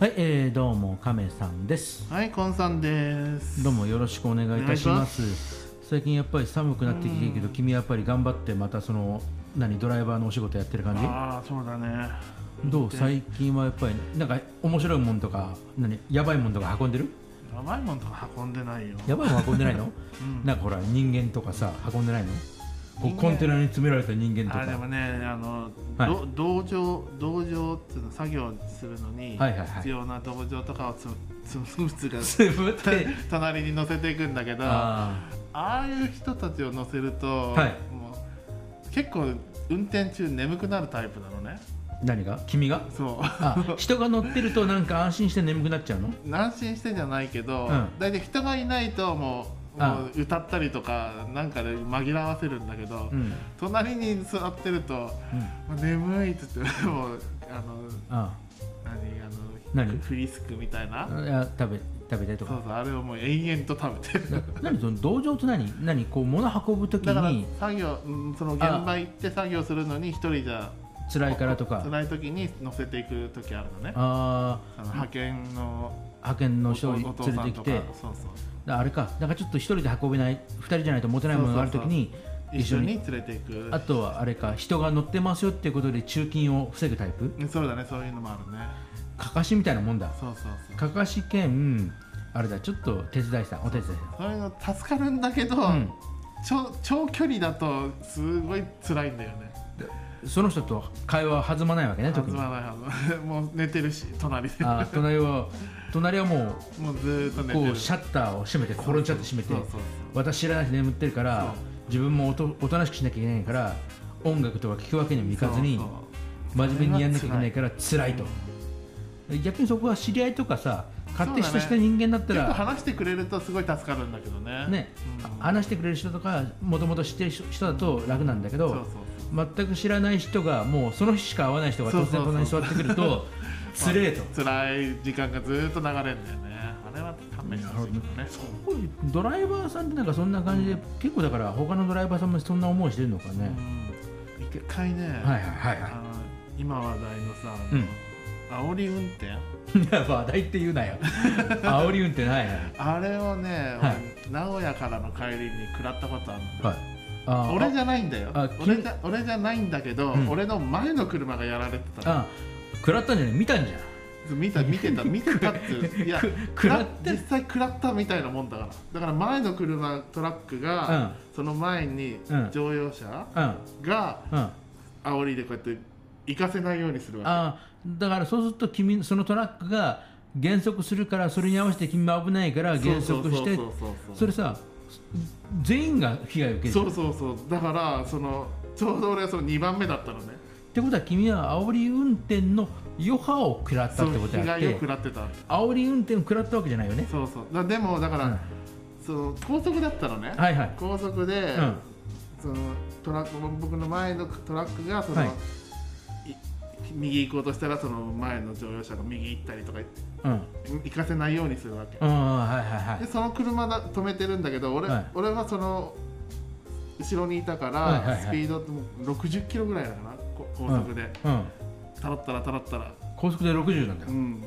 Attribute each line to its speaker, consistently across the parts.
Speaker 1: はい、えー、どうも亀さんです。
Speaker 2: はい、コンさんです。
Speaker 1: どうもよろしくお願いいたします。最近やっぱり寒くなってきてるけど、君はやっぱり頑張ってまたその何ドライバーのお仕事やってる感じ？
Speaker 2: ああ、そうだね。
Speaker 1: どう最近はやっぱりなんか面白いもんとか何やばいもんとか運んでる？
Speaker 2: やばいもんとか運んでないよ。
Speaker 1: やばいもん運んでないの？
Speaker 2: うん
Speaker 1: なんかほら人間とかさ運んでないの？こう
Speaker 2: 人間
Speaker 1: コンテナに詰められた人間と
Speaker 2: あ
Speaker 1: か。
Speaker 2: ーでもね、あの、
Speaker 1: はい
Speaker 2: ど同情同情っていうの作業するのに
Speaker 1: はいはいはい
Speaker 2: 必要な同情とかをつつむつが
Speaker 1: つぶって。
Speaker 2: 隣に乗せていくんだけど、あ
Speaker 1: あ
Speaker 2: あいう人たちを乗せると、
Speaker 1: はい
Speaker 2: もう結構運転中眠くなるタイプなのね。
Speaker 1: あ何が？君が？
Speaker 2: そう。
Speaker 1: あ人が乗ってるとなんか安心して眠くなっちゃうの？
Speaker 2: 安心してじゃないけど、
Speaker 1: うん
Speaker 2: 大体人がいないともう
Speaker 1: ああ
Speaker 2: もう歌ったりとかなんかで紛らわせるんだけど、
Speaker 1: うん。うん。
Speaker 2: 隣に座ってると「もう眠い」っつって もうあの
Speaker 1: あ
Speaker 2: 何あの
Speaker 1: 何
Speaker 2: フリスクみたいな、
Speaker 1: あ。いや食べ食べたいと
Speaker 2: そう
Speaker 1: か。
Speaker 2: そうあれをもう延々と食 べてる
Speaker 1: 何その同情って何何こう物運ぶとき
Speaker 2: だから
Speaker 1: に
Speaker 2: 作業うんその現場行って作業するのに一人じゃ
Speaker 1: 辛いからとか
Speaker 2: 辛い時に乗せていく時あるのね
Speaker 1: あ
Speaker 2: あの派遣の
Speaker 1: ー派遣の人を
Speaker 2: お
Speaker 1: 連
Speaker 2: 父さ
Speaker 1: れてき
Speaker 2: んとか
Speaker 1: て
Speaker 2: そうそう
Speaker 1: あれかだからちょっと一人で運べない二人じゃないと持てないものがあるときに
Speaker 2: 一緒
Speaker 1: 一緒に
Speaker 2: に連れていく
Speaker 1: あとはあれか人が乗ってますよっていうことで中金を防ぐタイプ
Speaker 2: うんそうだねそういうのもあるね
Speaker 1: かかしみたいなもんだ
Speaker 2: そうそうそう
Speaker 1: かかし兼あれだちょっと手伝いさんお手伝い
Speaker 2: そういうの助かるんだけど、
Speaker 1: さん、
Speaker 2: 長長距離だとすごい辛いんだよね
Speaker 1: うん、その人と会話弾まないわけね特
Speaker 2: 弾
Speaker 1: に
Speaker 2: まないはずもう寝てるし隣で
Speaker 1: あー隣は隣はも
Speaker 2: もうずーっと
Speaker 1: う
Speaker 2: 寝て
Speaker 1: こ
Speaker 2: る
Speaker 1: うシャッターを閉めて転んじゃって閉めて
Speaker 2: そうそう
Speaker 1: 私知らない人眠ってるから
Speaker 2: そう
Speaker 1: 自分もおとおとなしくしなきゃいけないから音楽とか聴くわけにもい
Speaker 2: そ
Speaker 1: か
Speaker 2: う
Speaker 1: ずに
Speaker 2: そう
Speaker 1: 真面目にやんなきゃいけないから辛いと逆にそこは知り合いとかさ勝手したした人間だった
Speaker 2: 結構
Speaker 1: ら
Speaker 2: 話してくれるとすごい助かるんだけどね
Speaker 1: ね
Speaker 2: うん
Speaker 1: 話してくれる人とかもともと知ってる人だと楽なんだけ
Speaker 2: そうそう
Speaker 1: ど全く知らない人がもうその日しか会わない人が
Speaker 2: そう
Speaker 1: 突
Speaker 2: そうそ
Speaker 1: 然隣
Speaker 2: う
Speaker 1: に座ってく るとつれえと
Speaker 2: そう辛い時間がずーっと流れるんだよねあれは勘弁してほしいけどね
Speaker 1: ドライバーさんってなんかそんな感じで結構だから他のドライバーさんもそんな思いしてるのかね
Speaker 2: うん一回ね、
Speaker 1: はいはい
Speaker 2: あ
Speaker 1: は
Speaker 2: の今話題のさ、
Speaker 1: うん
Speaker 2: あの煽り運転
Speaker 1: いいや 話題って言うなよ煽り運転ないな
Speaker 2: あれをね、
Speaker 1: はい
Speaker 2: 俺名古屋からの帰りに食らったことあるの、
Speaker 1: はい。あ
Speaker 2: 俺じゃないんだよ
Speaker 1: あ
Speaker 2: 俺じゃ俺じゃないんだけど、
Speaker 1: うん
Speaker 2: 俺の前の車がやられてたの
Speaker 1: あ、食らったんじゃない見たんじゃん。
Speaker 2: 見た見 てた見てたっていういや
Speaker 1: く食らって
Speaker 2: 実際食らったみたいなもんだからだから前の車トラック
Speaker 1: う
Speaker 2: が、
Speaker 1: ん
Speaker 2: その前に
Speaker 1: うん
Speaker 2: 乗用車
Speaker 1: うん。
Speaker 2: が
Speaker 1: うん。あ
Speaker 2: 煽りでこうやって行かせないようにするわ
Speaker 1: あ、だからそうすると君、そのトラックが減速するから、それに合わせて君も危ないから
Speaker 2: け
Speaker 1: 減速して
Speaker 2: そう、そうそうそ
Speaker 1: そうれさ、全員が被害を受けるじ
Speaker 2: そ
Speaker 1: ゃん。
Speaker 2: う
Speaker 1: っ
Speaker 2: そうそうだからそのちょうど俺がその2番目だったのね
Speaker 1: てことは君は煽り運転の余波を食らった
Speaker 2: そ
Speaker 1: って
Speaker 2: う
Speaker 1: こと
Speaker 2: 被
Speaker 1: であっ
Speaker 2: 害を
Speaker 1: て
Speaker 2: 食、らってた
Speaker 1: 煽り運転を食らったわけじゃないよね。
Speaker 2: そうそうだでもだから、その高速だったのね、
Speaker 1: うんはいはい。
Speaker 2: 高速で、
Speaker 1: うん。
Speaker 2: そのトラック僕の前のトラックがその、
Speaker 1: はい
Speaker 2: い右行こうとしたらその前の乗用車が右行ったりとか
Speaker 1: うん。
Speaker 2: 行かせないようにするわけ、
Speaker 1: うん。はいはいは
Speaker 2: で
Speaker 1: い。
Speaker 2: その車だ止めてるんだけど俺,、
Speaker 1: はい
Speaker 2: 俺はその後ろにいたから、
Speaker 1: はいはいはい
Speaker 2: スピードってもう60キロぐらいだからこ高速で、
Speaker 1: うん。
Speaker 2: たらったらたらったら
Speaker 1: 高速で60なんだ
Speaker 2: う
Speaker 1: よ。
Speaker 2: ん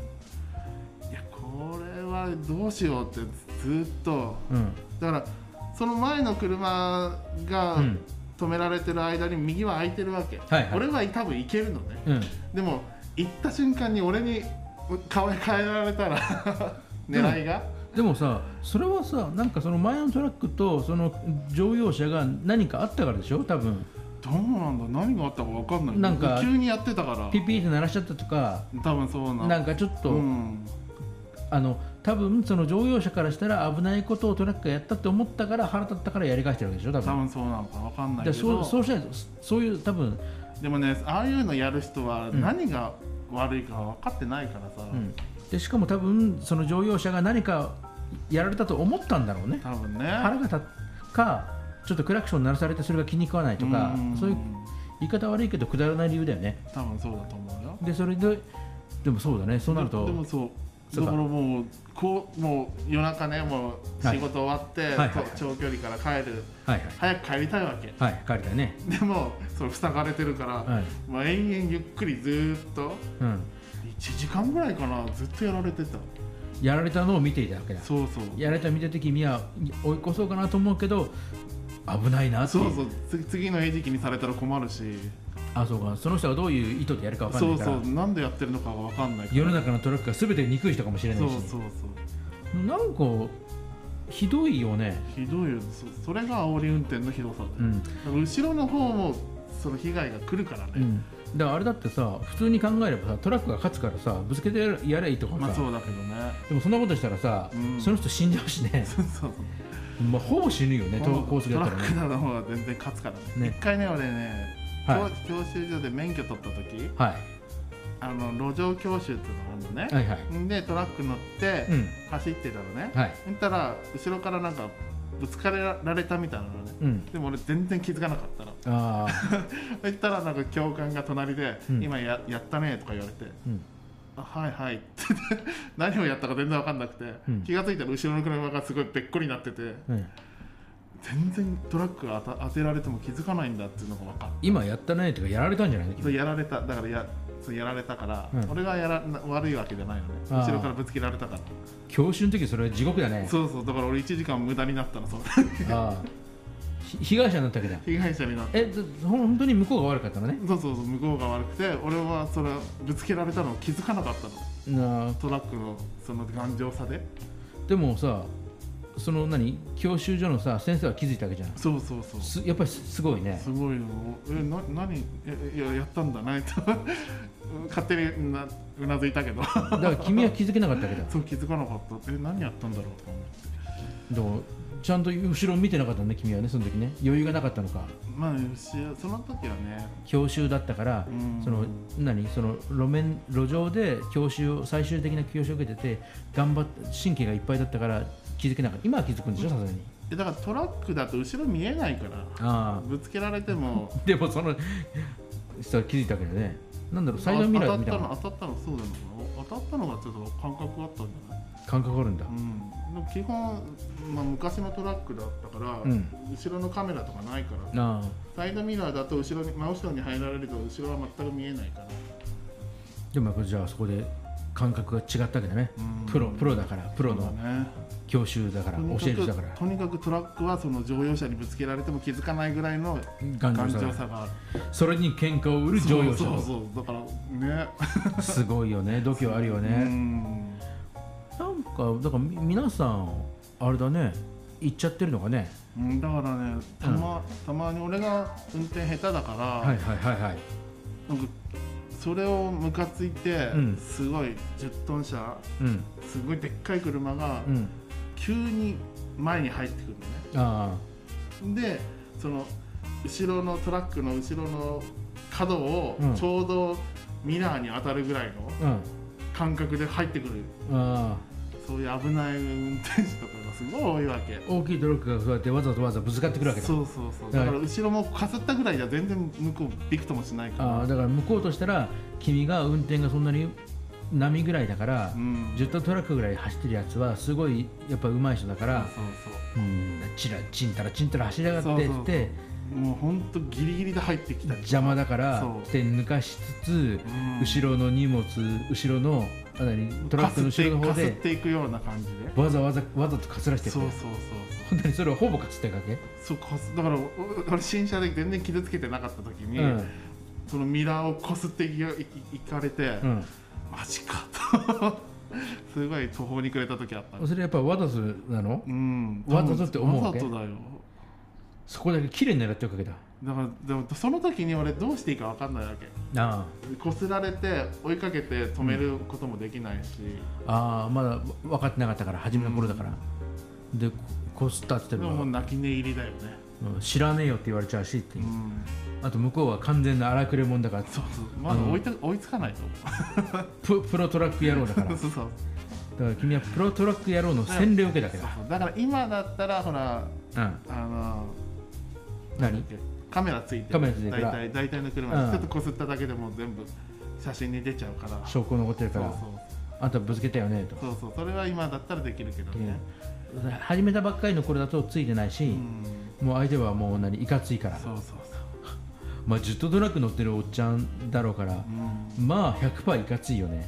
Speaker 2: いやこれはどうしようってずっと
Speaker 1: うん。
Speaker 2: だからその前の車が、
Speaker 1: うん。
Speaker 2: 止められてる間に右は空いてるわけ、
Speaker 1: はいはい
Speaker 2: 俺は多分行けるのね
Speaker 1: うん。
Speaker 2: でも行った瞬間に俺に顔変えられたら狙いが、
Speaker 1: でもさそれはさなんかその前のトラックとその乗用車が何かあったからでしょ多分
Speaker 2: どうなんだ何があったか分かんない
Speaker 1: なんか
Speaker 2: 急にやってたから
Speaker 1: ピッピーって鳴らしちゃったとか
Speaker 2: 多分そうな
Speaker 1: なんかちょっと、
Speaker 2: うん、
Speaker 1: あの多分その乗用車からしたら危ないことをトラックがやったって思ったから腹立ったからやり返してるわけでしょ多
Speaker 2: 多
Speaker 1: 分
Speaker 2: 分そうなのか分かんない
Speaker 1: で
Speaker 2: け
Speaker 1: そう
Speaker 2: ど
Speaker 1: そうしないとそそういう多分、
Speaker 2: でもねああいうのやる人は
Speaker 1: ん
Speaker 2: 何が悪いか分かってないからさ、
Speaker 1: うん、でしかも多分その乗用車が何かやられたと思ったんだろうね
Speaker 2: 多分ね
Speaker 1: 腹が立っかちょっとクラクション鳴らされてそれが気に食わないとか
Speaker 2: ん
Speaker 1: そういう言い方悪いけどくだらない理由だよね
Speaker 2: 多分そうだと思うよ
Speaker 1: でそれででもそうだねそうなると
Speaker 2: ででもそう
Speaker 1: そ
Speaker 2: だ
Speaker 1: う
Speaker 2: か
Speaker 1: から
Speaker 2: もうこうもう夜中ねもう
Speaker 1: はい
Speaker 2: 仕事終わって、
Speaker 1: はいはいはい
Speaker 2: 長距離から帰る
Speaker 1: はい
Speaker 2: 早く帰りたいわけ
Speaker 1: はいはい帰りたいね
Speaker 2: でもそれ塞がれてるから、
Speaker 1: はい
Speaker 2: もう延々ゆっくりずーっと
Speaker 1: うん
Speaker 2: 行1時間ぐらいかなずっとやられてた
Speaker 1: やられたのを見ていたわけだ
Speaker 2: そうそう
Speaker 1: やられたのを見てて君は追い越そうかなと思うけど危ないなってい
Speaker 2: そううそうつ次の餌食にされたら困るし
Speaker 1: あそうかその人がどういう意図でやるかわかん
Speaker 2: そ
Speaker 1: ないうか
Speaker 2: そ
Speaker 1: ら
Speaker 2: うなんでやってるのかは分かんないから
Speaker 1: 世の中のトラックが全て憎い人かもしれな
Speaker 2: そ
Speaker 1: いうし
Speaker 2: そうそう
Speaker 1: なんかひどいよね
Speaker 2: ひどいよそそれが煽り運転のひどさ
Speaker 1: う
Speaker 2: で、
Speaker 1: ん、
Speaker 2: だから後ろの方もその被害が来るからね、
Speaker 1: うん、だからあれだってさ普通に考えればさトラックが勝つからさぶつけてやれやれいいとかさ、
Speaker 2: まあそうだけどね
Speaker 1: でもそんなことしたらさ、
Speaker 2: うん
Speaker 1: その人死んじゃうしね、
Speaker 2: そうそう
Speaker 1: まあ、ほぼ死ぬよね
Speaker 2: この
Speaker 1: 東高速
Speaker 2: ト
Speaker 1: だっ
Speaker 2: ラ
Speaker 1: たら
Speaker 2: ック
Speaker 1: ね
Speaker 2: なの方が全然勝つからね
Speaker 1: ね
Speaker 2: 一回ね俺ね、
Speaker 1: は
Speaker 2: 教教習所で免許取った時
Speaker 1: はい
Speaker 2: あの路上教習っていうのがあるのね、
Speaker 1: はいはい
Speaker 2: んでトラック乗って
Speaker 1: うん
Speaker 2: 走ってたのね、
Speaker 1: はい
Speaker 2: そしたら後ろからなんかぶつかられたみたいなのね
Speaker 1: うん
Speaker 2: でも俺全然気づかなかったの
Speaker 1: ああ、
Speaker 2: そしたらなんか教官が隣で「
Speaker 1: うん
Speaker 2: 今ややったね」とか言われて
Speaker 1: うん、
Speaker 2: 「あはいはい」って言って何をやったか全然分かんなくて、
Speaker 1: うん
Speaker 2: 気が付いたら後ろの車がすごいべっこりになってて
Speaker 1: うん
Speaker 2: 全然トラックが当た当てられても気づかないんだっていうのが分かっ
Speaker 1: 今やったねとかやられたんじゃない
Speaker 2: たそうやられただからやそうやられたから、
Speaker 1: うん
Speaker 2: 俺がやらな悪いわけじゃないのね
Speaker 1: あー
Speaker 2: 後ろからぶつけられたから
Speaker 1: 教習の時それ地獄だね
Speaker 2: そうそうだから俺1時間無駄になったの そう
Speaker 1: ああひ被害者になったわけだ
Speaker 2: 被害者になった
Speaker 1: えずほん本当に向こうが悪かったのね
Speaker 2: そうそうそう向こうが悪くて俺はそれぶつけられたのを気づかなかったの
Speaker 1: なあ
Speaker 2: トラックのその頑丈さで
Speaker 1: でもさその何教習所のさ先生は気づいたわけじゃん
Speaker 2: そうそうそう
Speaker 1: すやっぱりすすごいね
Speaker 2: すごいよえな何えいややったんだね と勝手になうなずいたけど
Speaker 1: だから君は気づけなかったわけだ
Speaker 2: そう気づかなかったえ何やったんだろうと思って
Speaker 1: でもちゃんと後ろを見てなかったんだ君はねその時ね余裕がなかったのか
Speaker 2: まあしその時はね
Speaker 1: 教習だったから、
Speaker 2: うん
Speaker 1: その何その路面路上で教習を最終的な教習を受けてて頑張って神経がいっぱいだったから気づけなかった今は気づくんでしょさすがに
Speaker 2: えだからトラックだと後ろ見えないから
Speaker 1: あ
Speaker 2: ぶつけられても
Speaker 1: あでもその人は気づいたわけだねなんだろうサイドミ
Speaker 2: 当
Speaker 1: ラ
Speaker 2: た
Speaker 1: ー
Speaker 2: っ
Speaker 1: みた
Speaker 2: た
Speaker 1: いな
Speaker 2: の当たったのそうなの当たったのがちょっと感覚あったんじゃない
Speaker 1: 感覚あるんだ
Speaker 2: うんでも基本、まあ、昔のトラックだったから、
Speaker 1: うん
Speaker 2: 後ろのカメラとかないから
Speaker 1: ああ
Speaker 2: サイドミラーだと後ろに真後ろに入られると後ろは全く見えないから
Speaker 1: でもやっぱじゃあそこで感覚が違ったわけだね
Speaker 2: うん
Speaker 1: プロプロだからプロ
Speaker 2: そう
Speaker 1: の
Speaker 2: だね
Speaker 1: 教習だから
Speaker 2: とに
Speaker 1: 教
Speaker 2: かく
Speaker 1: える人だから
Speaker 2: とにかくトラックはその乗用車にぶつけられても気づかないぐらいの
Speaker 1: 頑
Speaker 2: 頑
Speaker 1: 丈さ
Speaker 2: 丈
Speaker 1: が
Speaker 2: さがある
Speaker 1: それに喧嘩を売る乗用車
Speaker 2: そうそうそうだからね
Speaker 1: すごいよね度胸あるよ
Speaker 2: う
Speaker 1: ね
Speaker 2: ん
Speaker 1: なんかだからみ皆さんあれだね行っちゃってるのがね
Speaker 2: うんだからねたま,、たまに俺が運転下手だから、
Speaker 1: はいはいはいはい
Speaker 2: なんかそれをムカついて、
Speaker 1: うん
Speaker 2: すごい10トン車
Speaker 1: うん
Speaker 2: すごいでっかい車が
Speaker 1: うん
Speaker 2: 急に前に入ってくる
Speaker 1: あ
Speaker 2: のねでその後ろのトラックの後ろの角を
Speaker 1: うん
Speaker 2: ちょうどミラーに当たるぐらいの
Speaker 1: あうん
Speaker 2: 感覚で入ってくる
Speaker 1: ああ
Speaker 2: そういう危ない運転手とかがすごい多いわけ
Speaker 1: 大きいトラックがそうやってわざとわざぶつかってくるわけだ
Speaker 2: そうそうそうだから後ろもかすったぐらいじゃ全然向こうびくともしないか
Speaker 1: ああ
Speaker 2: ら
Speaker 1: だから向こうとしたら君が運転がそんなに波ぐらいだから
Speaker 2: うん
Speaker 1: 10トントラックぐらい走ってるやつはすごいやっぱ上手い人だから
Speaker 2: そう
Speaker 1: う
Speaker 2: そ
Speaker 1: んチラチンタラチンタラ走りやがって
Speaker 2: そうそう
Speaker 1: っ
Speaker 2: そう
Speaker 1: て
Speaker 2: うもうほんとギリギリで入ってきたり
Speaker 1: 邪魔だから
Speaker 2: そう
Speaker 1: って抜かしつつ
Speaker 2: うん
Speaker 1: 後ろの荷物後ろのあ何トラックの後ろの方
Speaker 2: かすってか
Speaker 1: です
Speaker 2: っていくような感じ
Speaker 1: わざわざわざとかすらして
Speaker 2: で
Speaker 1: く
Speaker 2: そうそう
Speaker 1: る
Speaker 2: そうそう
Speaker 1: 本当にそれはほぼかすってるわけ、
Speaker 2: そうこすだからお俺新車で全然傷つけてなかった時に、
Speaker 1: うん
Speaker 2: そのミラーをこすっていきいいかれて、
Speaker 1: うん
Speaker 2: マジかとすごい途方に暮れた時あった
Speaker 1: それやっぱわざとなの
Speaker 2: うん
Speaker 1: わざとって思うわ
Speaker 2: わ
Speaker 1: け
Speaker 2: ざとだよ
Speaker 1: そこだけ綺麗に狙ってるわけだ
Speaker 2: だからでもその時に俺どうしていいか分かんないわけ
Speaker 1: あ
Speaker 2: こすられて追いかけて止めることもできないし、
Speaker 1: あああまだ分かってなかったから初めの頃だから、でここすったって言っ
Speaker 2: で
Speaker 1: て
Speaker 2: ももう
Speaker 1: も、
Speaker 2: 泣き寝入りだよね、
Speaker 1: うん知らねえよって言われちゃうしっていうう、
Speaker 2: ん、
Speaker 1: あと向こうは完全な荒くれ者だから
Speaker 2: そうそうまだ追いた追いつかないと思
Speaker 1: ププロトラック野郎だから
Speaker 2: う そうそうそう
Speaker 1: だから君はプロトラック野郎の洗礼を受けたわけだ、
Speaker 2: そうだから今だったらほら
Speaker 1: うん、
Speaker 2: あの
Speaker 1: 何
Speaker 2: カメラついて
Speaker 1: カメラついてる
Speaker 2: 大
Speaker 1: から
Speaker 2: 体大体の車に、
Speaker 1: うん
Speaker 2: ちょっとこすっただけでもう全部写真に出ちゃうからそ
Speaker 1: 証
Speaker 2: う
Speaker 1: 拠残ってるか
Speaker 2: そう
Speaker 1: らあんたぶつけたよねと
Speaker 2: そうそうそれは今だったらできるけどね、
Speaker 1: うん始めたばっかりの頃だとついてないし、
Speaker 2: うん、
Speaker 1: もう相手はもう何いかついから
Speaker 2: そうそうそう、
Speaker 1: まあ、ジットトラック乗ってるおっちゃんだろうから
Speaker 2: うん、
Speaker 1: まあ100%いかついよね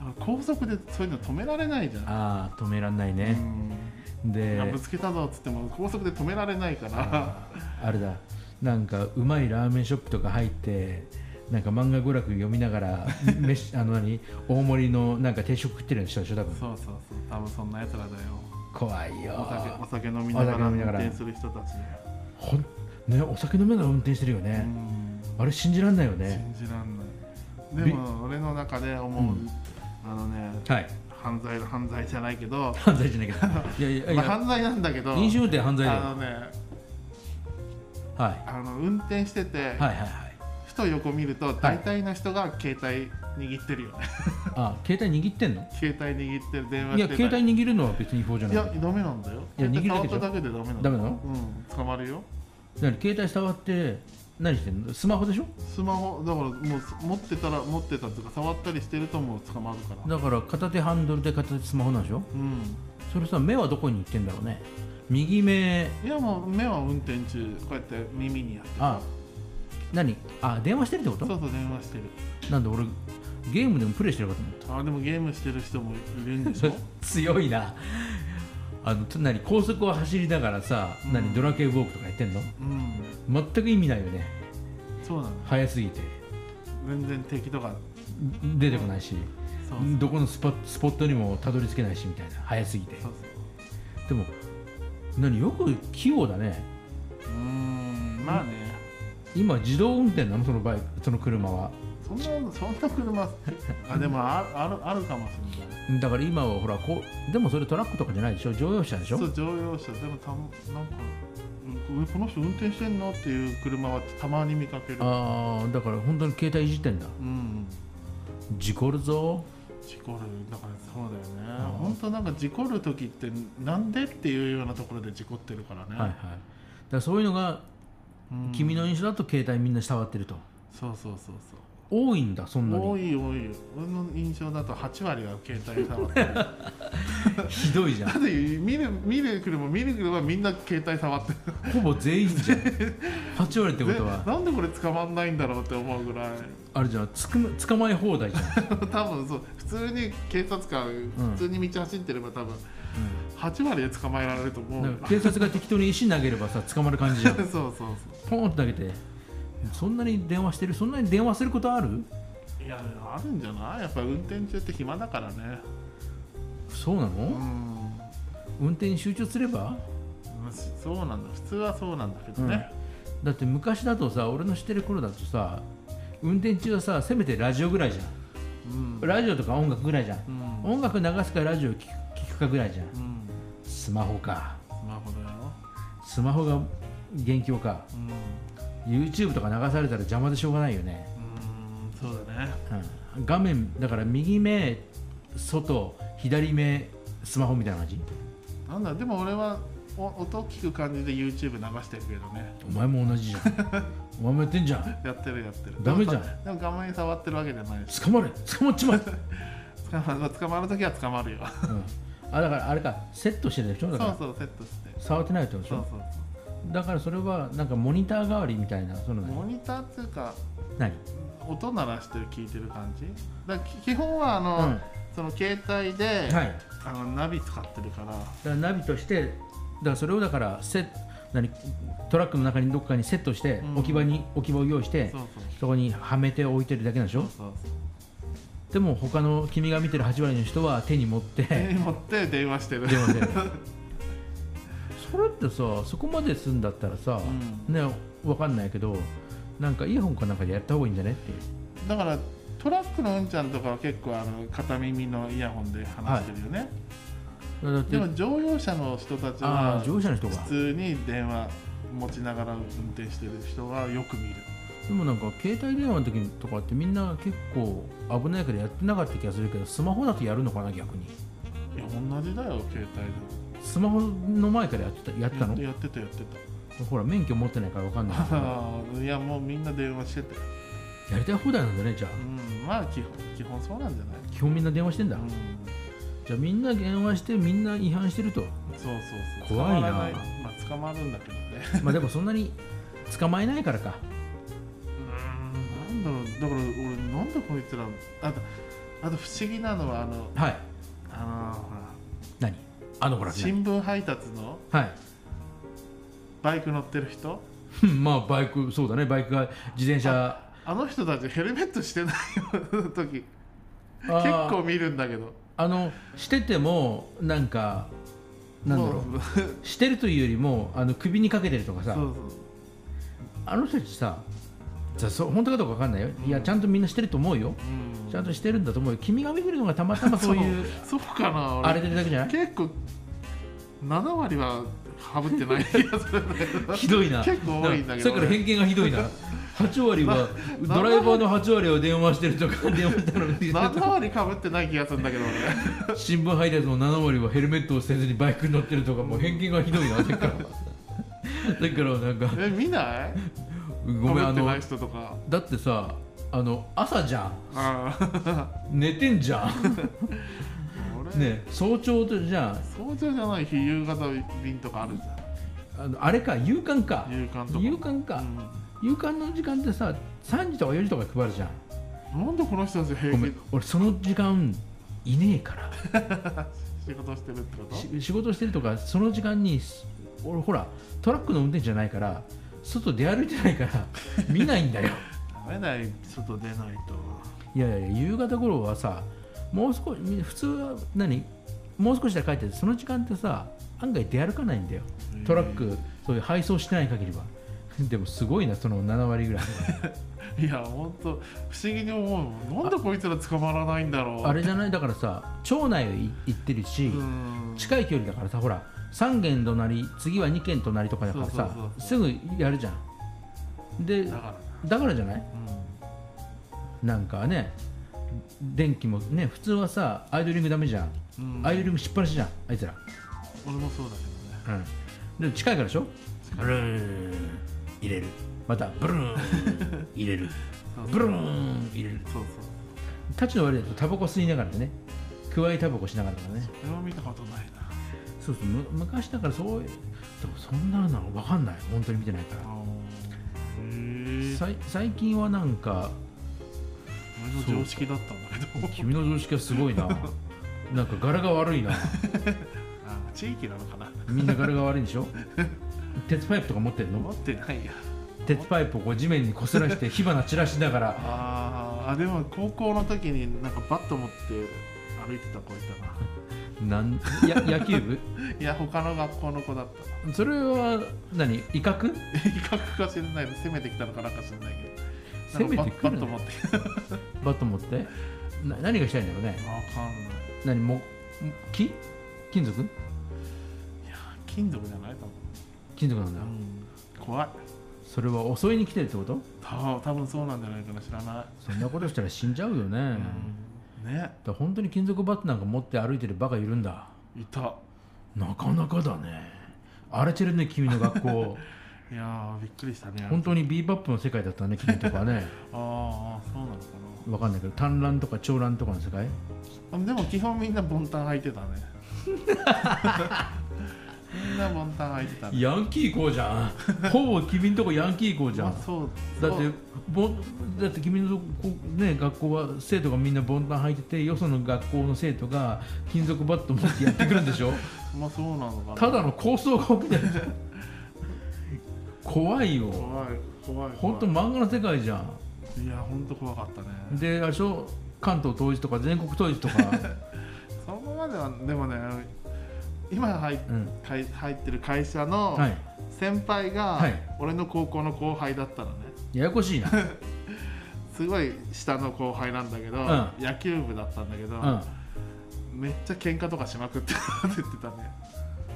Speaker 2: あ高速でそういうの止められないじゃん
Speaker 1: ああ止めらんないね、
Speaker 2: うんいや
Speaker 1: で
Speaker 2: ぶつけたぞっつっても高速で止められないから
Speaker 1: あーあれだなんかうまいラーメンショップとか入ってなんか漫画娯楽読みなが ら飯あの何大盛りのなんか定食食ってるような人でしょ多分
Speaker 2: そうそうそう多分そんなやつらだよ
Speaker 1: 怖いよ
Speaker 2: お酒お酒飲み
Speaker 1: お
Speaker 2: ながら
Speaker 1: 酒飲
Speaker 2: 運
Speaker 1: みながら
Speaker 2: 転する人たち、
Speaker 1: ほんねお酒飲みながら運転してるよ
Speaker 2: う
Speaker 1: ね、
Speaker 2: ん
Speaker 1: あれ信じらんないよね
Speaker 2: 信じらんないでも俺の中で思う、
Speaker 1: うん
Speaker 2: あのね
Speaker 1: はい
Speaker 2: 犯罪犯罪じゃないけど、
Speaker 1: 犯罪じゃないけ どいやいやい
Speaker 2: まあ、
Speaker 1: や
Speaker 2: 犯罪なんだけど
Speaker 1: 飲酒運転犯罪だよ
Speaker 2: あのね
Speaker 1: はい
Speaker 2: あの運転してて、
Speaker 1: はいはいはい
Speaker 2: ふと横見ると大体の人が携帯握ってるよね
Speaker 1: あ携帯握ってんの
Speaker 2: 携帯違ってる電話
Speaker 1: い
Speaker 2: し
Speaker 1: や
Speaker 2: て
Speaker 1: 携帯握るのは別に違法じゃ
Speaker 2: い
Speaker 1: ない
Speaker 2: やダメなんだよ
Speaker 1: いや握るだけで
Speaker 2: 携帯
Speaker 1: しょ
Speaker 2: 触っただけでダメなん
Speaker 1: ダ
Speaker 2: だよ
Speaker 1: メなの
Speaker 2: うん捕まるよ
Speaker 1: 何携帯触って何してんのスマホでしょ
Speaker 2: スマホだからもうす持ってたら持ってたっていうか触ったりしてるともう捕まるから
Speaker 1: だから片手ハンドルで片手スマホなんでしょ
Speaker 2: うん
Speaker 1: それさ目はどこに行ってんだろうね右目
Speaker 2: いやもう目は運転中こうやって耳にやってる
Speaker 1: あ何あ電話してるってこ
Speaker 2: そう
Speaker 1: と
Speaker 2: そう電話してる
Speaker 1: なんで俺ゲームでもプレイしてるかと思っ
Speaker 2: あでもゲームしてる人もいるんでしょ
Speaker 1: た強いなあのつ何高速を走りながらさ、
Speaker 2: うん
Speaker 1: 何ドラケウォークとかやってんの
Speaker 2: うん
Speaker 1: 全く意味ないよね
Speaker 2: そうなの
Speaker 1: 速すぎて
Speaker 2: 全然敵とか
Speaker 1: 出てこないし、
Speaker 2: そう
Speaker 1: どこのスポスポットにもたどり着けないしみたいな早すぎて
Speaker 2: そうそう
Speaker 1: でも何よく器用だね
Speaker 2: うーんまあね
Speaker 1: 今自動運転なのそのバイクその車は
Speaker 2: そんなそんな車あでもああるあるかもしれない
Speaker 1: だから今はほらこうでもそれトラックとかじゃないでしょ乗用車でしょ
Speaker 2: そう乗用車でもたなんかうんこの人運転してんのっていう車はたまに見かける
Speaker 1: ああだから本当に携帯いじってんだ
Speaker 2: うん
Speaker 1: 事故るぞ
Speaker 2: 事故るだからそうだよね
Speaker 1: あー
Speaker 2: 本当なんか事故る時ってなんでっていうようなところで事故ってるからね、
Speaker 1: はいはいだからそういうのが
Speaker 2: うん
Speaker 1: 君の印象だと携帯みんな触ってると
Speaker 2: そうそうそうそう
Speaker 1: 多いんだそんな
Speaker 2: 多
Speaker 1: に
Speaker 2: い多い俺の印象だと8割が携帯触って るだっ
Speaker 1: ひどい じゃん
Speaker 2: て見る見る車見る車みんな携帯触ってる
Speaker 1: ほぼ全員じゃん8割ってこと
Speaker 2: で
Speaker 1: は
Speaker 2: なんでこれ捕まんないんだろうって思うぐらい
Speaker 1: あれじゃんつくま捕まえ放題じゃん、うん
Speaker 2: 多分そう普通に警察官
Speaker 1: ん
Speaker 2: 普通に道走ってれば多分8割で捕まえられると思う
Speaker 1: だから警察が適当に石投げればさ捕まる感じじゃん
Speaker 2: そうそうそ
Speaker 1: ポンって投げてそんなに電話してるそんなに電話することある
Speaker 2: ういやあるんじゃないやっぱ運転中って暇だからね
Speaker 1: そうな
Speaker 2: う
Speaker 1: の
Speaker 2: ん
Speaker 1: 運転に集中すれば
Speaker 2: そうなんだ普通はそうなんだけどね、
Speaker 1: だって昔だとさ俺の知ってる頃だとさ運転中はさせめてラジオぐらいじゃ
Speaker 2: うん
Speaker 1: んラジオとか音楽ぐらいじゃん
Speaker 2: うんうん
Speaker 1: 音楽流すかラジオ聞く聞くかぐらいじゃんスマホか
Speaker 2: スマホだよ、
Speaker 1: スマホが元凶か
Speaker 2: うん
Speaker 1: YouTube とか流されたら邪魔でしょうがないよね、
Speaker 2: うんそうだね
Speaker 1: うん、画面だから右目外左目スマホみたいな感じ
Speaker 2: なんだでも俺はお音聞く感じで YouTube 流してるけどね
Speaker 1: お前も同じじ ゃんお前もやってんじゃん
Speaker 2: やってるやってる
Speaker 1: ダメじゃん
Speaker 2: でもでも画面に触ってるわけじゃないし
Speaker 1: 捕まれ捕まっちまえ、
Speaker 2: 捕ままあ捕まるときは捕まるよ
Speaker 1: うん、あだからあれかセットしてるでしょ
Speaker 2: そ
Speaker 1: だか
Speaker 2: う
Speaker 1: ら
Speaker 2: そうセットして
Speaker 1: 触ってないってことでし
Speaker 2: そう
Speaker 1: ょ
Speaker 2: そう
Speaker 1: だからそれはなんかモニター代わりみたいなその
Speaker 2: そうモ
Speaker 1: 何
Speaker 2: ニターっていうか
Speaker 1: 何
Speaker 2: 音鳴らしてる聞いてる感じだからき基本はあの、
Speaker 1: うん
Speaker 2: その携帯で、
Speaker 1: はいだか
Speaker 2: あのナビ使ってるから
Speaker 1: らナビとしてだからそれをだからセ何トラックの中にどっかにセットして
Speaker 2: うん
Speaker 1: 置き場に置き場を用意して
Speaker 2: そうそう
Speaker 1: そこにはめて置いてるだけなんでしょ
Speaker 2: そう
Speaker 1: でも他の君が見てる8割の人は手に持 って
Speaker 2: 手に持って電話してる
Speaker 1: 電話してるそれってさそこまですんだったらさ、
Speaker 2: う
Speaker 1: ねわかんないけどなんかイヤホンかなんかでやった方がいいんじゃねっていう
Speaker 2: だからトラックのうんちゃんとかは結構あの片耳のイヤホンで話してるよね、
Speaker 1: だって
Speaker 2: でも乗用車の人たち
Speaker 1: あ
Speaker 2: は
Speaker 1: あ乗用車の人が
Speaker 2: 普通に電話持ちながら運転してる人はよく見る
Speaker 1: でもなんか携帯電話の時とかってみんな結構危ないからやってなかった気がするけどスマホだとやるのかな逆に
Speaker 2: いや同じだよ携
Speaker 1: スマホの前からやってたやってた
Speaker 2: 帯
Speaker 1: の
Speaker 2: でやってたや って
Speaker 1: ほら免許持ってないからわかんないけ ど
Speaker 2: たいやもうみんな電話してて
Speaker 1: やりたい放題なんだねじゃあ
Speaker 2: うんまあ基本基本そうなんじゃない
Speaker 1: 基本みんな電話してんだ、
Speaker 2: うん
Speaker 1: じゃあみんな電話してみんな違反してると
Speaker 2: そうそうそう
Speaker 1: 怖いな
Speaker 2: 捕まらまあ捕まるんだけどね
Speaker 1: まあでもそんなに捕まえないからか
Speaker 2: うんなんだろうだから俺なんでこいつらああと不思議なのはあの
Speaker 1: はい
Speaker 2: あのほら
Speaker 1: 何あのほら何
Speaker 2: 新聞配達の
Speaker 1: はい
Speaker 2: バイク乗ってる人
Speaker 1: うんまあバイクそうだねバイクが自転車
Speaker 2: あの人たちヘルメットしてないよ時
Speaker 1: 結
Speaker 2: 結構見るんだけど
Speaker 1: あのしててもなんかなんだろう
Speaker 2: もう
Speaker 1: してるというよりもあの首にかけてるとか
Speaker 2: そ
Speaker 1: さ
Speaker 2: うそう
Speaker 1: あの人たちささそう本当かどうか分かんないよ、
Speaker 2: うん
Speaker 1: いやちゃんとみんなしてると思うよ
Speaker 2: うん
Speaker 1: ちゃんとしてるんだと思うよ君が見てるのがたまたまそういう
Speaker 2: そうかな俺
Speaker 1: 荒れてるだけじゃない
Speaker 2: 結構7割はハブってない気がするんだけど
Speaker 1: ひどいな
Speaker 2: 結構多いんだけど
Speaker 1: さっきから偏見がひどい な8割は
Speaker 2: な
Speaker 1: ドライバーの8割は電話してるとか電話したのに
Speaker 2: 7割かぶってない気がするんだけど
Speaker 1: 新聞配達の7割はヘルメットをせずにバイクに乗ってるとかもう偏見がひどいなさっ きからだからなんか
Speaker 2: 俺え見ない
Speaker 1: ご
Speaker 2: かぶ
Speaker 1: めんあ
Speaker 2: って
Speaker 1: の
Speaker 2: ない人とか
Speaker 1: だってさあの朝じゃん
Speaker 2: ああ
Speaker 1: 寝てんじゃん
Speaker 2: 俺、
Speaker 1: ね早朝とじゃ
Speaker 2: 早朝じゃない日夕方便とかあるじ
Speaker 1: ああのあれか夕刊か
Speaker 2: ゃん夕刊とか
Speaker 1: 夕刊か夕刊の時間ってさ3時とか4時とか配るじゃん
Speaker 2: うんなんでこの人たち平
Speaker 1: ごめ
Speaker 2: 気
Speaker 1: ん俺その時間いねえから
Speaker 2: 仕事してるってこと
Speaker 1: し仕事してるとかその時間にし俺ほらトラックの運転手じゃないから外出歩いてないから 見ないんだよ
Speaker 2: ダメだよ外出ないと
Speaker 1: いやいやいや夕方頃はさもう少しみ普通は何もう少しで帰っててその時間ってさ案外出歩かないんだよトラックそういう配送してない限りはでもすごいなその7割ぐらい
Speaker 2: いやほんと不思議に思うもんなんでこいつら捕まらないんだろう
Speaker 1: あれじゃないだからさ町内い行ってるし、
Speaker 2: うん
Speaker 1: 近い距離だからさほら3軒隣次は2軒隣とかだからさ
Speaker 2: そうそうそう
Speaker 1: すぐやるじゃんで
Speaker 2: だから
Speaker 1: だからじゃない
Speaker 2: うん
Speaker 1: なんかね電気もね普通はさアイドリングダメじゃん、
Speaker 2: うん
Speaker 1: アイドリングしっぱなしじゃんあいつら、
Speaker 2: 俺もそうだけどね
Speaker 1: うん、でも近いからでしょブルーン入れるまたブルーン入れる ブルーン入れる
Speaker 2: そうそう
Speaker 1: 立ちの悪いだとタバコ吸いながらねくわえタバコしながらとかね
Speaker 2: それは見たことないな
Speaker 1: そうそうむ昔だからそういうでもそんなの分かんない本当に見てないから
Speaker 2: あーへえ
Speaker 1: さい最近はなんか
Speaker 2: 俺の常識だったんだけど
Speaker 1: 君の常識はすごいな なんか柄が悪いな
Speaker 2: あ地域なのかな
Speaker 1: みんな柄が悪いんでしょ鉄パイプとか持ってる
Speaker 2: 思
Speaker 1: の
Speaker 2: ってないや
Speaker 1: 鉄パイプをこう地面にこすらして火花散らしながら
Speaker 2: あーあでも高校の時になんかバット持って歩いてた子いた
Speaker 1: な
Speaker 2: な
Speaker 1: んや野球部
Speaker 2: いや他の学校の子だったな
Speaker 1: それは何威嚇
Speaker 2: 威嚇か知らないの攻めてきたのかなんか知らないけど
Speaker 1: 攻めてく
Speaker 2: なんかバッバッ
Speaker 1: る
Speaker 2: と
Speaker 1: の
Speaker 2: 持って
Speaker 1: バット持ってな何がしたいんだろうね
Speaker 2: わかんない
Speaker 1: 何も木金属
Speaker 2: いや金属じゃないと思
Speaker 1: 金属なん
Speaker 2: う、
Speaker 1: だ
Speaker 2: 怖い
Speaker 1: それは襲いに来てるってこと
Speaker 2: 多多分そうなんじゃないかな知らない、
Speaker 1: そんなことしたら死んじゃうよね、だか
Speaker 2: うんね
Speaker 1: ら本当に金属バットなんか持って歩いてるバカいるんだ
Speaker 2: いた
Speaker 1: なかなかだね荒れてるね君の 学校
Speaker 2: いやーびっくりしたね
Speaker 1: 本当にビーバップの世界だったね君とかね
Speaker 2: あーあーそうなのか
Speaker 1: わかんないけど短ランとか長ランとかの世界
Speaker 2: なでも基本みんなボンタン履いてた ねみんなボンタン履いてたね
Speaker 1: ヤンキー校じ ゃんほぼ君んとこヤンキー校じゃん
Speaker 2: まあそう
Speaker 1: だっ
Speaker 2: そう
Speaker 1: てぼだって君のとこ、ね、学校は生徒がみんなボンタン履いててよその学校の生徒が金属バット持ってやってくるんでし ょ
Speaker 2: まあそうなのかな
Speaker 1: ただの抗争が起きてる怖いよ
Speaker 2: 怖い怖い怖い
Speaker 1: 本当漫画の世界じゃん
Speaker 2: いや本当怖かったね
Speaker 1: であれでしょ関東統一とか全国統一 とか、
Speaker 2: そこまではでもね今入っ
Speaker 1: うん、
Speaker 2: 入入ってる会社の
Speaker 1: はい
Speaker 2: 先輩が
Speaker 1: はい
Speaker 2: 俺の高校の後輩だったのね
Speaker 1: ややこしいな、
Speaker 2: すごい下の後輩なんだけど、
Speaker 1: ん
Speaker 2: 野球部だったんだけど、
Speaker 1: うん、
Speaker 2: めっちゃ喧嘩とかしまくってた って言ってたね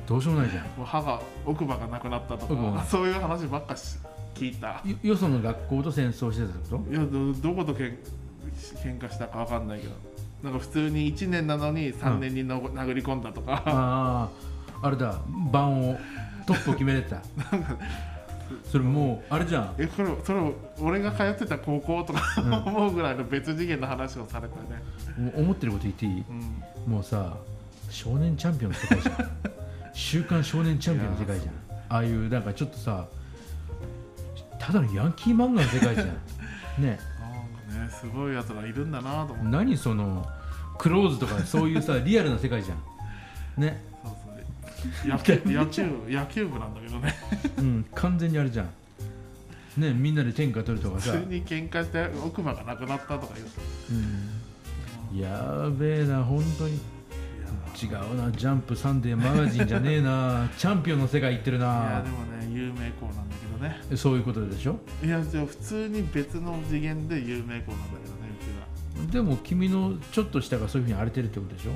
Speaker 1: どうしようもないじゃん
Speaker 2: もう歯が奥歯がなくなったと
Speaker 1: 奥歯が
Speaker 2: かそういう話ばっかし聞いた
Speaker 1: よよその学校と戦争してたってこと
Speaker 2: いやどどことけん喧嘩したかわかんないけどなんか普通に1年なのに3年にの、殴り込んだとか
Speaker 1: あああれだ番をトップを決めれて たそれもうあれじゃん
Speaker 2: えこれそれ俺が通ってた高校とか
Speaker 1: うん
Speaker 2: 思うぐらいの別次元の話をされたね、
Speaker 1: もう思ってること言っていい
Speaker 2: うん、
Speaker 1: もうさ少年チャンピオンの世界じゃん週刊少年チャンピオンの世界じゃんああいうなんかちょっとさただのヤン キー漫画の世界じゃんね
Speaker 2: なんかねすごいやつがいるんだなと思って
Speaker 1: 何そのクローズとかそういうさリアルな世界じゃん ね、
Speaker 2: そうそう野球 野球野球部なんだけどね
Speaker 1: うん、完全にあれじゃんねみんなで天下取るとか
Speaker 2: 普
Speaker 1: さ、
Speaker 2: 通に喧嘩して奥歯がなくなったとか言うと
Speaker 1: うん、やべえな本当に
Speaker 2: いや
Speaker 1: 違うなジャンプサンデーマガジンじゃねえ なチャンピオンの世界行ってる
Speaker 2: いや
Speaker 1: な
Speaker 2: でもね有名校なんだけどね
Speaker 1: そういうことでしょ
Speaker 2: いやじゃあ普通に別の次元で有名校なんだけどねうち
Speaker 1: で
Speaker 2: は
Speaker 1: も君のちょっと下がそういうふうに荒れてるってことでしょ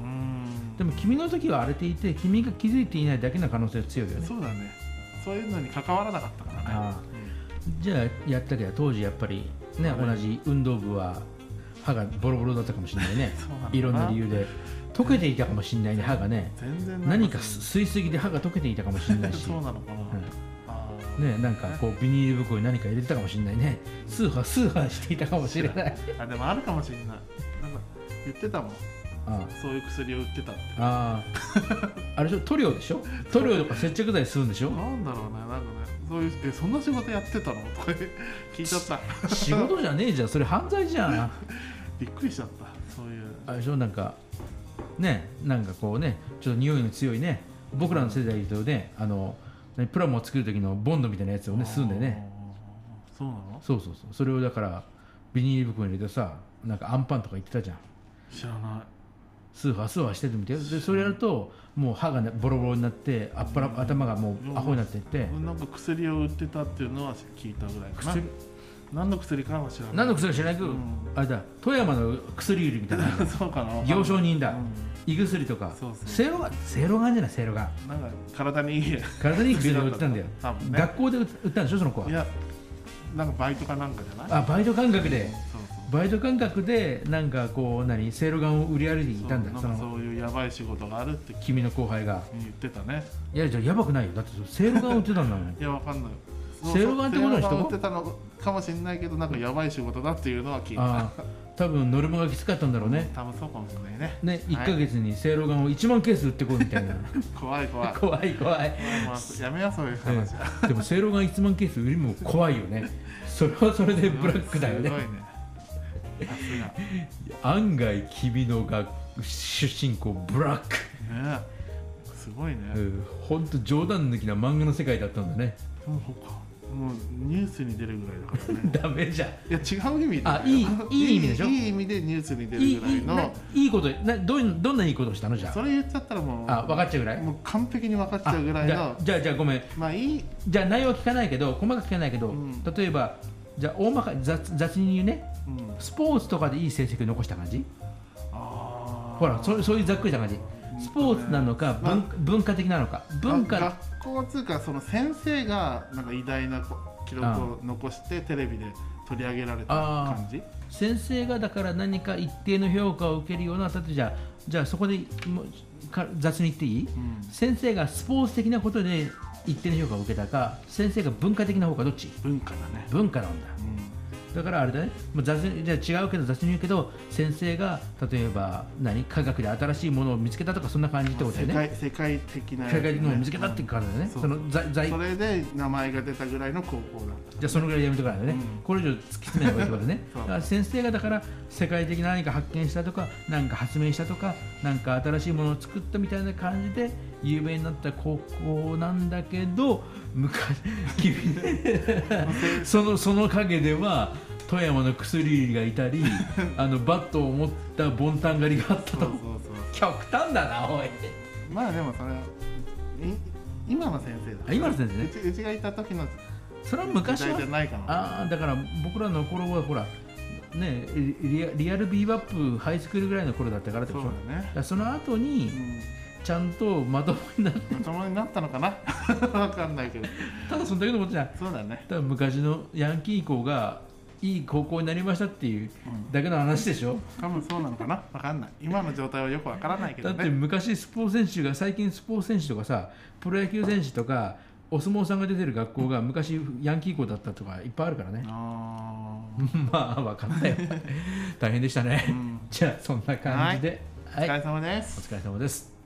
Speaker 2: うーん
Speaker 1: でも君の時は荒れていて君が気づいていないだけの可能性が強いよね
Speaker 2: そうだねそういうのに関わらなかったからね
Speaker 1: あじゃあやったりは当時やっぱりね
Speaker 2: はい
Speaker 1: 同じ運動部は歯がボロボロだったかもしれない ね
Speaker 2: そうなんだ
Speaker 1: いろんな理由で溶けていたかもしれないね歯がね
Speaker 2: 全然なん
Speaker 1: 何か吸いすぎで歯が溶けていたかもしれないし
Speaker 2: そうなのかな、
Speaker 1: ん
Speaker 2: あー
Speaker 1: ね、なんかこうビニール袋に何か入れてたかもしれないねスーハースーハーしていたかもしれ ない
Speaker 2: あでもあるかもしれないなんか言ってたもん
Speaker 1: あ
Speaker 2: そういう薬を売ってたって
Speaker 1: あああれでしょ塗料でしょ塗料とか接着剤するんでし ょ
Speaker 2: なんだろうねなんかねそういうえそんな仕事やって たのとか聞いちゃ った
Speaker 1: 仕事じゃねえじゃんそれ犯罪じゃん
Speaker 2: びっくりしちゃったそういう
Speaker 1: あれでしょなんかねなんかこうねちょっと匂いの強いね僕らの世代で言うとねあの何プラモを作る時のボンドみたいなやつをね吸うんでね
Speaker 2: あーそうなの
Speaker 1: そうそうそうそれをだからビニール袋に入れてさなんかアンパンとか言ってたじゃん
Speaker 2: 知らな
Speaker 1: スーファースーファーしててみてよでそれやるともう歯がねボロボロになってあっぱら頭がもうアホになっていって
Speaker 2: いなんか薬を売ってたっていうのは聞いたぐらいかな
Speaker 1: 薬
Speaker 2: 何の薬かは知らない
Speaker 1: 何の薬か知らないけど、
Speaker 2: うん
Speaker 1: あれだ富山の薬売りみたいな
Speaker 2: そうかな
Speaker 1: 行商人だ
Speaker 2: う
Speaker 1: 胃薬とか
Speaker 2: そうそう
Speaker 1: せいろがんせいろがんじゃないせいろがん
Speaker 2: んなんか体にいい
Speaker 1: 体にいい薬を売ってたんだよ
Speaker 2: 多分ね
Speaker 1: 学校で売ったんでしょその子
Speaker 2: い
Speaker 1: は
Speaker 2: やなんかバイトかなんかじゃない
Speaker 1: あバイト感覚で
Speaker 2: そうそう
Speaker 1: バイト感覚でなんかこう何せいろがんを売り歩いていたんだ
Speaker 2: そう
Speaker 1: そ
Speaker 2: なんか
Speaker 1: の
Speaker 2: そういうやばい仕事があるって
Speaker 1: 君の後輩が
Speaker 2: 言ってたね
Speaker 1: いやじゃあやばくないよだってせいろがん売ってたんだもん
Speaker 2: いやわかんない
Speaker 1: セロガンってことにしとこう
Speaker 2: セロガン売ってたのかもしれないけどなんかやばい仕事だっていうのは聞いた
Speaker 1: ああ多分ノルマがきつかったんだろうね
Speaker 2: 多分そうかもしれないね
Speaker 1: ね、
Speaker 2: い
Speaker 1: 1か月にせいろがんを1万ケース売ってこいみたいな
Speaker 2: 怖い 怖い
Speaker 1: 怖い怖い、
Speaker 2: まあやめようそういう
Speaker 1: え
Speaker 2: 話は
Speaker 1: えでもせいろがん1万ケース売りも怖いよねそれはそれでブラックだよ
Speaker 2: すご
Speaker 1: ね
Speaker 2: いねさすがね
Speaker 1: 案外君のが出身校ブラック、
Speaker 2: えすごいね、
Speaker 1: うん、ほんと冗談抜きな漫画の世界だったんだ ね
Speaker 2: そうかもうニュースに出るぐらいだから
Speaker 1: ダ
Speaker 2: ね
Speaker 1: メじゃん
Speaker 2: いや違う意味で
Speaker 1: あいいいい意味でしょ
Speaker 2: いいいい意味でニュースに出
Speaker 1: いいい
Speaker 2: るぐらい
Speaker 1: いな
Speaker 2: の
Speaker 1: いいことなどういうどんないいことをしたのじゃ
Speaker 2: それ言っちゃったらもう
Speaker 1: ああ分かっちゃうぐらい
Speaker 2: もう完璧に分かっち
Speaker 1: あ
Speaker 2: ゃうぐらい
Speaker 1: じゃ
Speaker 2: の
Speaker 1: あじゃあじゃあごめん
Speaker 2: まあいい
Speaker 1: じゃあ内容は聞かないけど細かく聞かないけど、
Speaker 2: うん
Speaker 1: 例えばじゃあ大まか雑雑に言うね
Speaker 2: うん
Speaker 1: スポーツとかでいい成績を残した感じ
Speaker 2: あー
Speaker 1: ほらそそういうざっくりした感じスポーツなのか
Speaker 2: まあ
Speaker 1: 文,、文化的なのか文化
Speaker 2: が学校つうかその先生がなんか偉大なこ記録を残してテレビで取り上げられた
Speaker 1: あー
Speaker 2: 感じ
Speaker 1: 先生がだから何か一定の評価を受けるような例えばじゃあじゃあそこでもうか雑に言っていい
Speaker 2: うん
Speaker 1: 先生がスポーツ的なことで一定の評価を受けたか先生が文化的な方かどっち
Speaker 2: 文化だね、
Speaker 1: 文化なんだだからあれだね、もう雑にじゃあ違うけど雑に言うけど先生が例えば何科学で新しいものを見つけたとかそんな感じってことだよ
Speaker 2: 世
Speaker 1: ね
Speaker 2: 界世界的なやつ
Speaker 1: 世界的なのを見つけたって感じだよね、
Speaker 2: うん
Speaker 1: その在
Speaker 2: うん
Speaker 1: 在
Speaker 2: それで名前が出たぐらいの高校だった
Speaker 1: じゃあそのぐらいやめとかないとね、
Speaker 2: うん
Speaker 1: これ以上突き詰めない方がいいってこと
Speaker 2: そう
Speaker 1: ねだから先生がだから世界的な何か発見したとか何か発明したとか何か新しいものを作ったみたいな感じで有名になった高校なんだけど 昔君そのその陰では富山の薬売りがい たりあのバットを持ったボンタン狩りがあった
Speaker 2: そうそう
Speaker 1: と
Speaker 2: そう
Speaker 1: 極端だなおい
Speaker 2: まあでもそれはい今の先生だ
Speaker 1: あ今の先生ね
Speaker 2: うちうちがいた時の
Speaker 1: それは昔
Speaker 2: 時代
Speaker 1: は
Speaker 2: じゃないかな
Speaker 1: ああだから僕らの頃はほらねリアリアルビーバップハイスクールぐらいの頃だったからって
Speaker 2: そ
Speaker 1: こ
Speaker 2: う
Speaker 1: と
Speaker 2: だ
Speaker 1: だ
Speaker 2: ね
Speaker 1: からその後に
Speaker 2: うん
Speaker 1: ちゃんとまともになっ
Speaker 2: まともになったのかな わかんないけど
Speaker 1: ただそんだけのことじゃん
Speaker 2: そうだね
Speaker 1: ただ昔のヤンキー校がいい高校になりましたっていう
Speaker 2: うん
Speaker 1: だけの話でしょ
Speaker 2: 多分そうなのかなわかんない今の状態はよくわからないけ
Speaker 1: だ
Speaker 2: ど
Speaker 1: って
Speaker 2: ね
Speaker 1: 昔スポーツ選手が最近スポーツ選手とかさプロ野球選手とかお相撲さんが出てる学校が昔ヤンキー校だったとかいっぱいあるからね
Speaker 2: あ
Speaker 1: まあ分かんないよ大変でしたね
Speaker 2: ーうん
Speaker 1: じゃあそんな感じで
Speaker 2: お疲れ様です
Speaker 1: お疲れ様です。